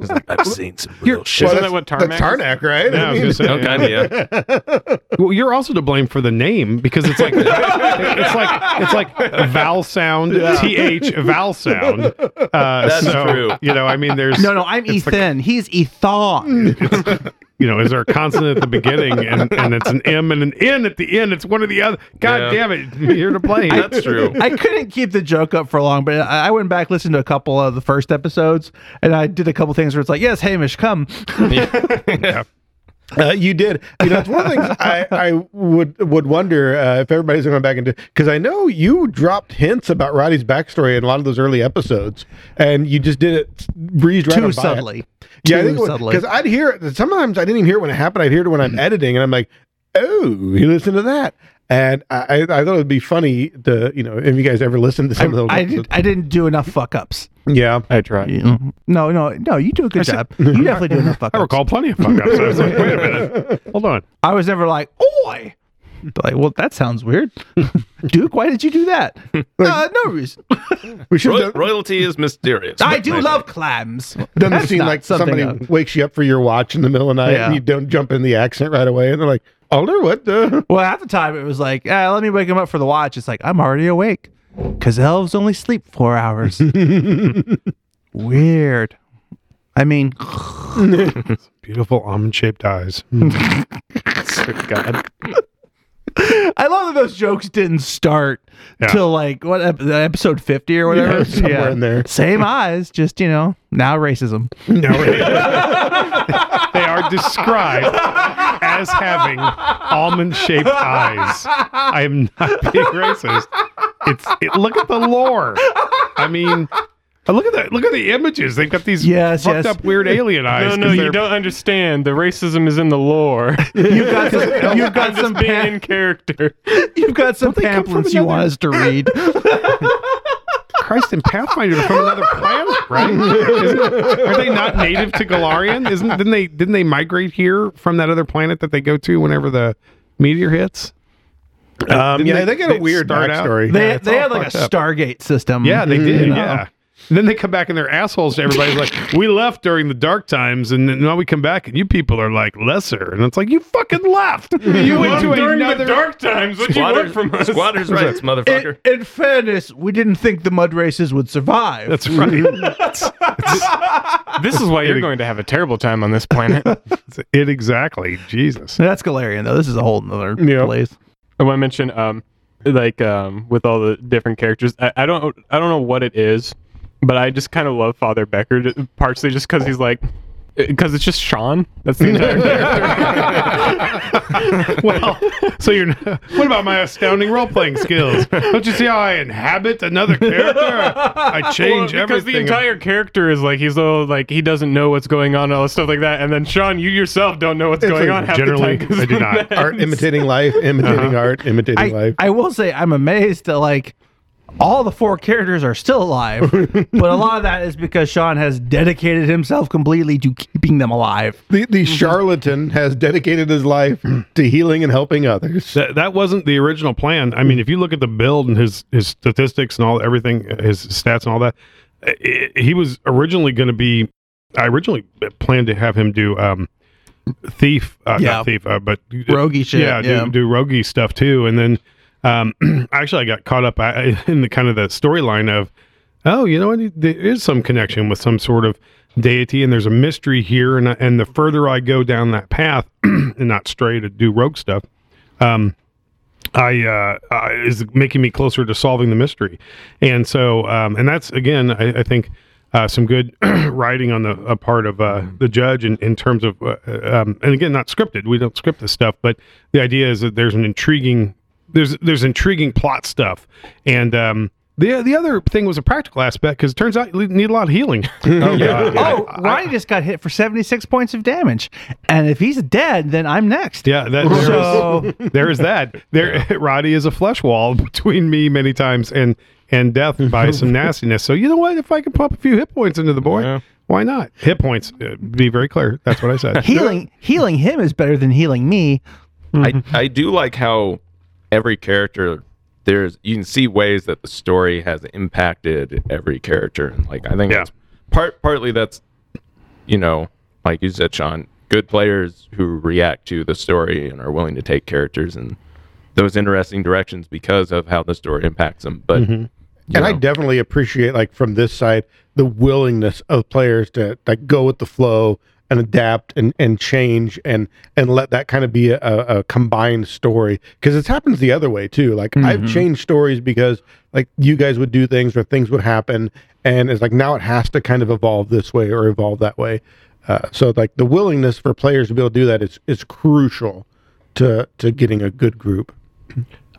S5: He's like, I've seen some real shit.
S6: Isn't that what
S2: That's
S6: Tarmac?
S2: Tarnak,
S6: is?
S2: right?
S4: Yeah, I was gonna say,
S5: No, kinda, yeah.
S4: Well, you're also to blame for the name because it's like it's like it's like vowel sound th vowel sound. Uh,
S5: That's
S4: so,
S5: true.
S4: You know, I mean, there's
S3: No, no, I'm Ethan. He's Ethan.
S4: you know, is there a consonant at the beginning and, and it's an M and an N at the end? It's one or the other. God
S5: Yeah.
S4: damn it, you're to blame.
S5: That's true.
S3: I couldn't keep the joke up for long, but I I went back, listened to a couple of the first episodes, and I did a couple things where it's like, yes, Hamish, come.
S2: Uh, you did. You know, it's one of the things I, I would would wonder uh, if everybody's going back into because I know you dropped hints about Roddy's backstory in a lot of those early episodes, and you just did it breezed right
S3: Too
S2: on by it.
S3: subtly.
S2: Yeah, I
S3: Too
S2: think
S3: subtly. Mm.
S2: because I'd hear it. Sometimes I didn't even hear it when it happened. I'd hear it when I'm editing, and I'm like, "Oh, you listen to that." And I, I I thought it'd be funny to you know if you guys ever listen to some of those.
S3: I, did, I didn't do enough fuck ups.
S2: yeah,
S6: I tried.
S3: No, no, no. You do a good job. You definitely do enough fuck
S4: I
S3: ups.
S4: recall plenty of fuck ups. I was like, wait a minute, hold on.
S3: I was never like, oi. Like, well, that sounds weird. Duke, why did you do that? uh, no reason.
S2: we should
S5: Roy-
S2: have done,
S5: royalty is mysterious.
S3: I do love clams.
S2: done the
S3: That's
S2: scene
S3: not
S2: like
S3: something
S2: somebody
S3: of-
S2: wakes you up for your watch in the middle of the night,
S3: Yeah.
S2: and you don't jump in the accent right away, and they're like, "Alder, what the?"
S3: Well, at the time, it was like, eh, let me wake him up for the watch. It's like, I'm already awake because elves only sleep four hours. Weird. I mean,
S4: Beautiful almond shaped eyes. Hmm.
S6: God.
S3: I love that those jokes didn't start
S4: Yeah.
S3: till like what ep- episode 50 or whatever.
S2: Yeah, somewhere in there.
S3: Same eyes, just, you know, now racism.
S4: No, they are described as having almond shaped eyes. I am not being racist. It's it, look at the lore. I mean, uh, look at that. Look at the images. They've got these
S3: Yes,
S4: fucked
S3: yes.
S4: up weird alien eyes.
S6: No, no,
S4: 'cause
S6: you
S4: they're-
S6: don't understand. The racism is in the lore.
S3: You've got some, you've
S6: I'm
S3: got
S6: just
S3: some,
S6: being
S3: pam-
S6: in character.
S3: you've got some pamphlets you want us to read.
S4: Christ and Pathfinder are from another planet, right? Isn't- are they not native to Galarian? Isn't didn't they didn't they migrate here from that other planet that they go to whenever the meteor hits?
S2: Um,
S4: Didn't
S2: yeah, they, got a
S4: they
S2: weird
S4: start out-
S2: backstory.
S3: They,
S4: it's
S3: they
S4: all
S3: had like a
S4: fucked up.
S3: Stargate system.
S4: Yeah, they did.
S3: you know?
S4: Yeah. And then they come back and they're assholes to everybody. like, we left during the dark times, and then now we come back, and you people are like lesser. And it's like, you fucking left. You went to
S6: during
S4: another.
S6: the dark times. What you want
S5: Squatters,
S6: from us?
S5: squatters' rights, motherfucker.
S3: In, in fairness, we didn't think the mud races would survive.
S4: That's right.
S6: This is why you're going to have a terrible time on this planet.
S4: That's it exactly. Jesus.
S3: Now, that's Galarian though. This is a whole other
S4: Yeah.
S3: place.
S6: I want to mention, um, like, um, with all the different characters, I, I don't, I don't know what it is, but I just kind of love Father Becker ju- partially just because he's like, because it's just Sean. That's the entire character.
S4: Well, so you're. n- What about my astounding role playing skills? Don't you see how I inhabit another character? I
S6: Well,
S4: change
S6: because
S4: everything.
S6: the entire character is like he's all like he doesn't know what's going on and all this stuff like that, and then Sean, you yourself don't know what's going
S2: like,
S6: on. half the
S4: generally,
S6: time 'cause
S4: I do
S6: of
S4: not.
S6: that.
S2: art imitating life, imitating art, imitating
S3: Uh-huh. I,
S2: life.
S3: I will say I'm amazed that like all the four characters are still alive, but a lot of that is because Sean has dedicated himself completely to keeping them alive.
S2: The, the
S3: Mm-hmm.
S2: charlatan has dedicated his life to healing and helping others.
S4: That, that wasn't the original plan. I mean,
S3: Hmm.
S4: if you look at the build and his his statistics and all everything, his stats and all that, i i- he was originally going to be. I originally planned to have him do um, thief, uh,
S3: Yeah.
S4: not thief, uh, but
S3: Roguey shit,
S4: Yeah,
S3: yeah.
S4: Do, do roguey stuff too. And then um, actually, I got caught up I, I- in the kind of the storyline of, oh, you know, what? there is some connection with some sort of deity, and there's a mystery here. And I- and the further I go down that path, and not stray to do rogue stuff, um, I uh, uh, is making me closer to solving the mystery, and so um, and that's again, I, I think uh, some good writing on the a part of uh, the judge in, in terms of uh, um, and again, not scripted. We don't script this stuff, but the idea is that there's an intriguing there's there's intriguing plot stuff, and um, the the other thing was a practical aspect because it turns out you need a lot of healing. oh,
S3: Oh, Ronnie just got hit for 76 points of damage, and if he's dead, then I'm next.
S4: Yeah, that, there,
S3: So-
S4: is, there is that. There, Roddy is a flesh wall between me many times and and death by some nastiness. So you know what? If I can pump a few hit points into the boy,
S5: Yeah.
S4: why not? Hit points. Uh, be very clear. That's what I said.
S3: Healing healing him is better than healing me.
S5: I, I do like how every character there's you can see ways that the story has impacted every character and like I think
S4: Yeah.
S5: it's part partly that's you know like you said sean good players who react to the story and are willing to take characters in those interesting directions because of how the story impacts them but you
S2: and I
S5: know,
S2: definitely appreciate like from this side the willingness of players to like go with the flow and adapt and, and change and and let that kind of be a, a a combined story because it happens the other way too. Like
S5: Mm-hmm.
S2: I've changed stories because like you guys would do things or things would happen and it's like now it has to kind of evolve this way or evolve that way. Uh, so like the willingness for players to be able to do that is is crucial to to getting a good group.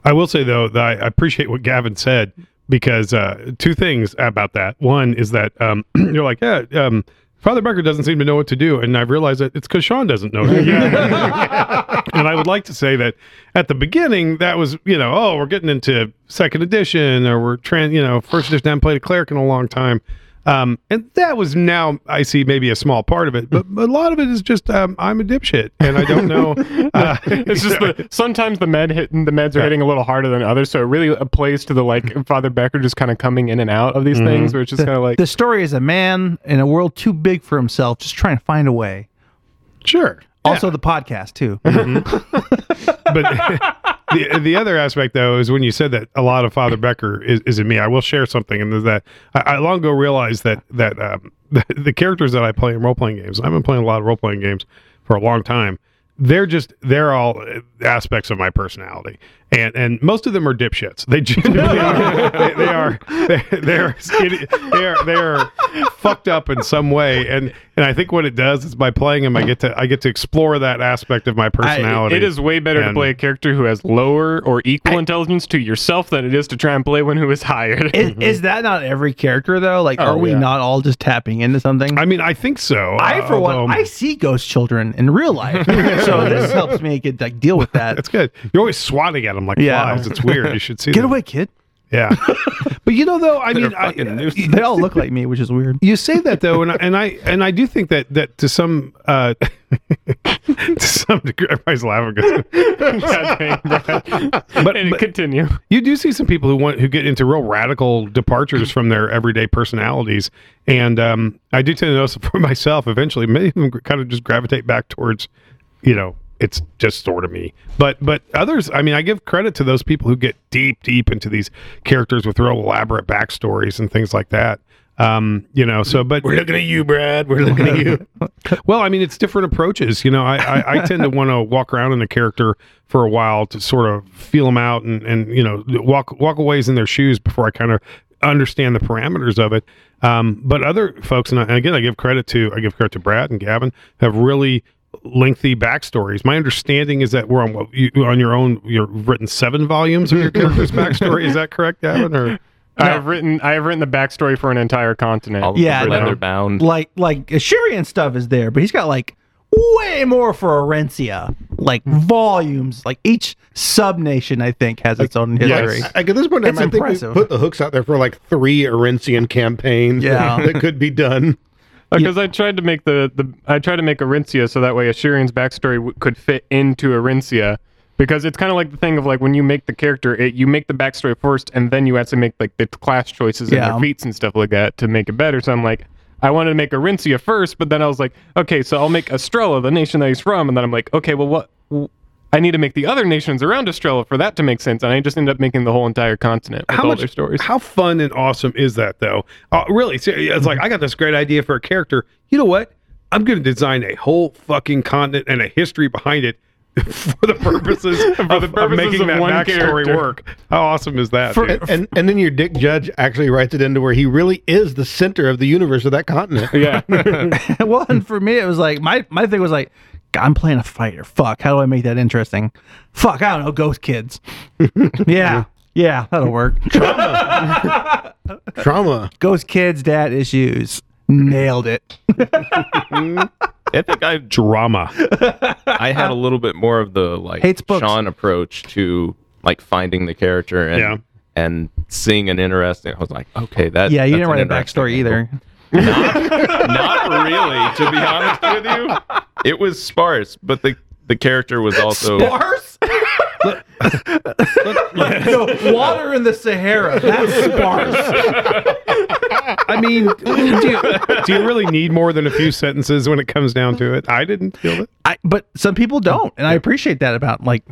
S4: I will say though that I appreciate what Gavin said because uh, two things about that. One is that um, you're like, yeah, um, Father Becker doesn't seem to know what to do, and I've realized that it's because Sean doesn't know. and I would like to say that at the beginning, that was you know, oh, we're getting into second edition, or we're trans, you know, first edition. I haven't played a cleric in a long time. Um, and that was now I see maybe a small part of it, but a lot of it is just um, I'm a dipshit and I don't know. Uh,
S6: It's just the, sometimes the med hit, the meds are hitting a little harder than others, so it really plays to the like Father Becker just kind of coming in and out of these things, where it's just kind of like
S3: The story is a man in a world too big for himself, just trying to find a way.
S4: sure.
S3: Also, the podcast too.
S4: but the the other aspect though is when you said that a lot of Father Becker is, is in me. I will share something, and is that I, I long ago realized that that um, the, the characters that I play in role playing games. I've been playing a lot of role playing games for a long time. They're just they're all uh, aspects of my personality, and and most of them are dipshits. They genuinely are. They, they are they, they're skinny, they're they're fucked up in some way, and and I think what it does is by playing them, I get to I get to explore that aspect of my personality.
S6: It is way better to
S4: And-
S6: play a character who has lower or equal intelligence to yourself than it is to try and play one who is higher.
S3: Is, is that not every character though? Like, are we not all just tapping into something?
S4: I mean, I think so.
S3: I, for one,
S4: although-
S3: I see ghost children in real life, so this helps me get like deal with that.
S4: that's good. You're always swatting at them like
S3: Yeah.
S4: flies. It's weird. You should see.
S3: Get
S4: them.
S3: away, kid!
S4: Yeah. but you know, though, I mean, I,
S5: fucking nuisance.
S3: They all look like me, which is weird.
S4: you say that though, and I, and I and I do think that that to some uh, to some degree, everybody's laughing. 'cause-
S6: God dang, Brad.
S4: But,
S6: and
S4: but
S6: continue.
S4: you do see some people who want who get into real radical departures from their everyday personalities, and um, I do tend to notice for myself. Eventually, many of them kind of just gravitate back towards, you know, it's just sort of me. But but others, I mean, I give credit to those people who get deep deep into these characters with real elaborate backstories and things like that. Um, you know, so but we're looking at you, Brad. We're looking at you. Well, I mean, it's different approaches. You know, I, I, I tend to want to walk around in a character for a while to sort of feel them out and, and you know walk walk aways in their shoes before I kind of understand the parameters of it. Um, but other folks, and, I, and again, I give credit to I give credit to Brad and Gavin have really lengthy backstories. My understanding is that we're on what you, on your own. You've written seven volumes of your character's backstory. Is that correct, Gavin? Or
S6: I have written I have written the backstory for an entire continent.
S5: all
S3: Yeah,
S5: yeah,
S3: no.
S5: leather bound
S3: Like, like Shirian stuff is there, but he's got like way more for Orencia, like volumes. Like each sub nation, I think, has its own history.
S2: I- Like at this point, in
S3: It's
S2: time, I think we
S3: impressive.
S2: put the hooks out there for like three Orencian campaigns
S3: Yeah.
S2: that could be done.
S6: Because I tried to make the, the I tried to make Arincia so that way Assyrian's backstory w- could fit into Arincia. Because it's kind of like the thing of like when you make the character, it, you make the backstory first, and then you actually make like the class choices and
S3: Yeah.
S6: their feats and stuff like that to make it better. So I'm like, I wanted to make Arincia first, but then I was like, okay, so I'll make Estrella, the nation that he's from, and then I'm like, okay, well what? w- I need to make the other nations around Estrella for that to make sense, and I just end up making the whole entire continent with all their stories.
S4: How fun and awesome is that, though? Uh, really, ser- it's like I got this great idea for a character. You know what? I'm going to design a whole fucking continent and a history behind it for the purposes of,
S6: the
S4: of
S6: purposes
S4: making
S6: of
S4: that
S6: one
S4: backstory
S6: character.
S4: work. How awesome is that? dude?
S2: And, and and then your Dick Judge actually writes it into where he really is the center of the universe of that continent.
S6: yeah,
S3: well, and for me, it was like my my thing was like, "God, I'm playing a fighter. Fuck, how do I make that interesting? Fuck, I don't know. Ghost kids. yeah, yeah, that'll work.
S2: Trauma.
S3: ghost kids, dad issues. Nailed it.
S5: i think i
S4: Drama.
S5: I had a little bit more of the like
S3: Uh, Hates books.
S5: Sean approach to like finding the character and
S4: Yeah.
S5: and seeing an interesting. I was like, okay, that
S3: Yeah, you
S5: that's
S3: didn't
S5: an
S3: write a
S5: interesting
S3: backstory either.
S5: angle. Not really, to be honest with you. It was sparse, but the the character was also
S3: Sparse. no, water in the Sahara. That's sparse.
S4: I mean, do you, do you really need more than a few sentences when it comes down to it? I didn't feel it.
S3: I, but some people don't, and I appreciate that about like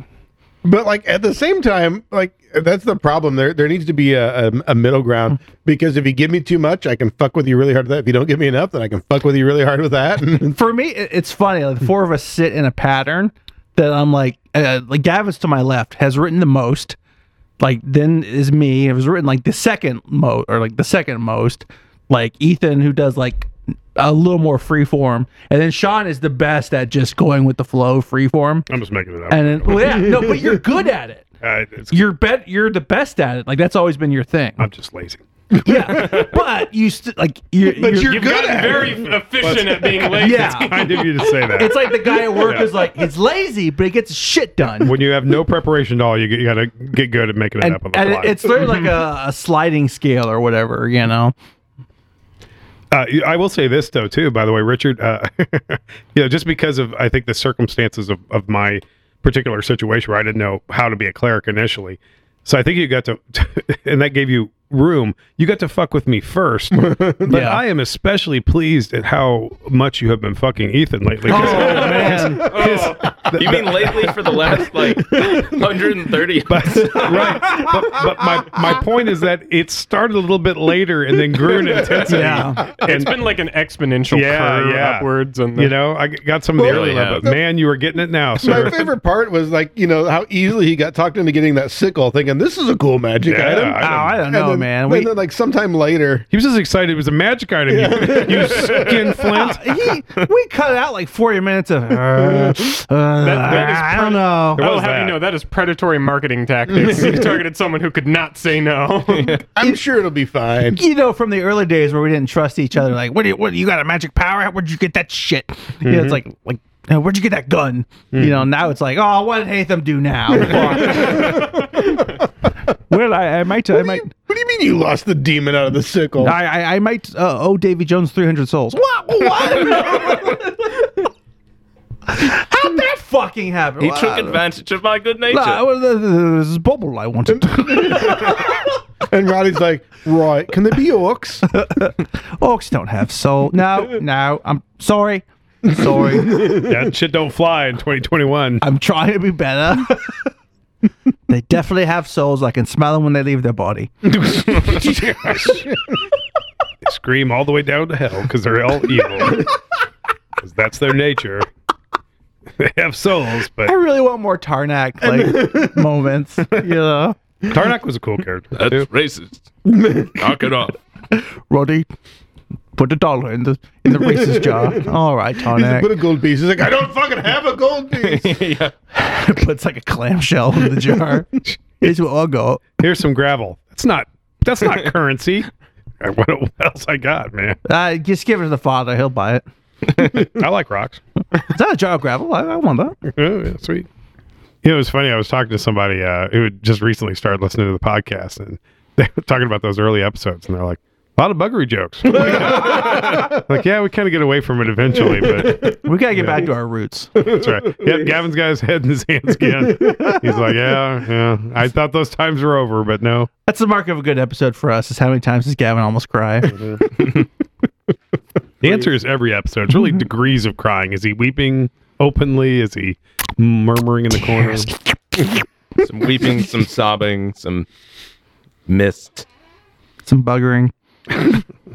S2: But like at the same time, like that's the problem. There there needs to be a, a, a middle ground because if you give me too much, I can fuck with you really hard with that. If you don't give me enough, then I can fuck with you really hard with that. And
S3: for me, it, it's funny. Like the four of us sit in a pattern that I'm like, uh, like Gavin's to my left has written the most. Like then is me. It was written like the second most, or like the second most. Like Ethan, who does like a little more free form, and then Sean is the best at just going with the flow, free form.
S4: I'm just making it up.
S3: And then, well, yeah, no, but you're good at it.
S4: Uh, it's,
S3: You're bet. You're the best at it. Like that's always been your thing.
S4: I'm just lazy.
S3: Yeah, but you st- like you.
S2: but you're,
S6: You've
S2: good
S6: gotten
S2: at
S6: very
S2: it.
S6: efficient at being late.
S3: Yeah.
S4: Kind of you to say that.
S3: It's like the guy at work
S4: Yeah.
S3: is like, he's lazy, but he gets his shit done.
S4: when you have no preparation at all, you, get- you got to get good at making it
S3: and
S4: up on the
S3: and
S4: fly.
S3: it's sort of like a, a sliding scale or whatever, you know.
S4: Uh, I will say this though too. By the way, Richard, uh, you know, just because of I think the circumstances of, of my particular situation where I didn't know how to be a cleric initially, so I think you got to, and that gave you room. You got to fuck with me first, but
S3: Yeah.
S4: I am especially pleased at how much you have been fucking Ethan lately. 'Cause
S3: Oh. man,
S5: You mean lately for the last like 130?
S4: right. But, but my my point is that it started a little bit later and then grew in intensity.
S3: yeah.
S6: it's been like an exponential
S4: Yeah,
S3: uh,
S6: curve
S4: yeah.
S6: upwards, and
S4: You know, I got some of the
S5: Well,
S4: early
S5: yeah.
S4: love, but man, you were getting it now, sir.
S2: My favorite part was like you know how easily he got talked into getting that sickle, thinking this is a cool magic
S4: Yeah,
S2: item.
S4: I
S3: Oh, I don't
S2: And
S3: know,
S2: then-
S3: man.
S2: And
S3: We,
S2: then like sometime later,
S4: He was just excited. It was a magic item. You, you skin flint.
S3: he, we cut out like forty minutes of. Uh, uh,
S6: that is
S3: I don't know.
S4: There
S6: I'll
S4: was
S6: have Oh, you
S4: that.
S6: know that is predatory marketing tactics. you targeted someone who could not say no.
S2: I'm sure it'll be fine.
S3: You know, from the early days where we didn't trust each other, like, what do you, what you got a magic power? Where'd you get that shit? You know, it's like, like, "Uh, where'd you get that gun? You know, now it's like, oh, what did Hatham do now? well, I, I might, I
S2: What do,
S3: might,
S2: you, what do you mean you lost the demon out of the sickle?
S3: I, I, I might uh, owe Davy Jones 300 souls. What? What? How'd that fucking happen?
S5: He
S3: Wow.
S5: took advantage of my good nature.
S3: Nah, I was- this is bubble I wanted.
S2: And Roddy's like, right? Can there be orcs?
S3: Orcs don't have soul. No, no. I'm sorry. Sorry.
S4: That shit don't fly in 2021.
S3: I'm trying to be better. they definitely have souls. I can smell them when they leave their body.
S4: Scream all the way down to hell because they're all evil. 'Cause that's their nature. They have souls, but
S3: I really want more Tarnak like moments. You know,
S4: Tarnak was a cool character.
S5: That's
S4: too.
S5: racist. Knock it off.
S3: Roddy, put a dollar in the in the racist jar. All right,
S2: He's like,
S3: Tarnak.
S2: put a gold piece. He's like, I don't fucking have a gold piece.
S3: puts like a clamshell in the jar. Here's what I'll go.
S4: Here's some gravel. That's not. That's not currency. Uh, What else I got, man?
S3: Uh, just give it to the father. He'll buy it.
S4: I like rocks.
S3: Is that a jar of gravel? I, I want that.
S4: Oh, yeah, sweet. You know, it was funny. I was talking to somebody uh, who had just recently started listening to the podcast, and they were talking about those early episodes, and they're like, a lot of buggery jokes. like, yeah, we kind of get away from it eventually, but
S3: We gotta get back to our roots.
S4: that's right. Yeah, Gavin's got his head in his hands again. He's like, yeah, yeah. I thought those times were over, but no.
S3: That's the mark of a good episode for us. Is how many times does Gavin almost cry?
S4: The answer is every episode. It's really degrees of crying. Is he weeping openly? Is he murmuring in the corner?
S5: Some weeping, some sobbing, some mist.
S3: Some buggering.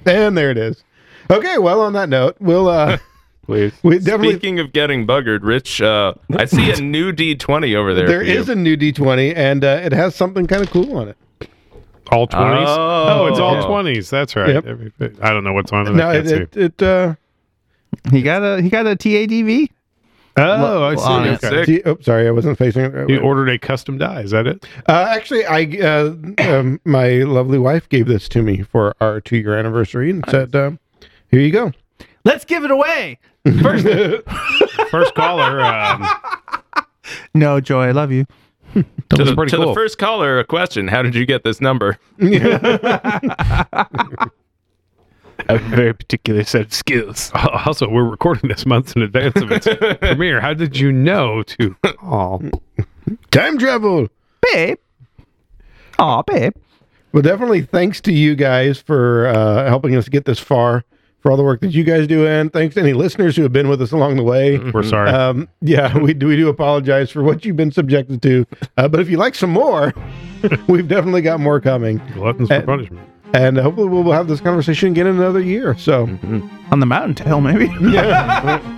S2: and there it is. Okay, well, on that note, we'll uh,
S6: Please.
S2: we definitely
S5: Speaking of getting buggered, Rich, uh, I see a new D20 over there.
S2: there
S5: for you.
S2: is a new D20, and uh, it has something kind of cool on it.
S4: All 20s?
S5: Oh.
S4: it's all 20s. That's right.
S2: Yep.
S4: Every- I don't know what's on it.
S2: No,
S4: I can't
S2: it
S4: see.
S2: it, it uh,
S3: He got a he got a TADV.
S4: Oh, I
S3: Well, on
S4: see.
S3: it.
S4: Okay.
S5: Sick.
S2: D- oh, sorry, I wasn't facing it. Right
S4: You
S2: way.
S4: ordered a custom die. Is that it?
S2: Uh, actually, I uh, um, my lovely wife gave this to me for our two year anniversary and said, um, "Here you go."
S3: Let's give it away.
S4: First caller. Um,
S3: No, Joy, I love you.
S5: To,
S4: that's
S5: the,
S4: pretty
S5: to
S4: cool.
S5: the first caller, a question. How did you get this number?
S6: A very particular set of skills.
S4: also, we're recording this months in advance of its premiere. How did you know to oh, call?
S2: Time travel.
S3: Babe. Aw, babe.
S2: Well, definitely thanks to you guys for uh, helping us get this far, for all the work that you guys do, and thanks to any listeners who have been with us along the way.
S4: We're sorry.
S2: Um, yeah, we do, we do apologize for what you've been subjected to, uh, but if you like some more, we've definitely got more coming,
S4: Gluttons
S2: uh,
S4: for punishment.
S2: and hopefully we'll have this conversation again in another year. So,
S3: on the mountain tail, maybe.
S2: yeah.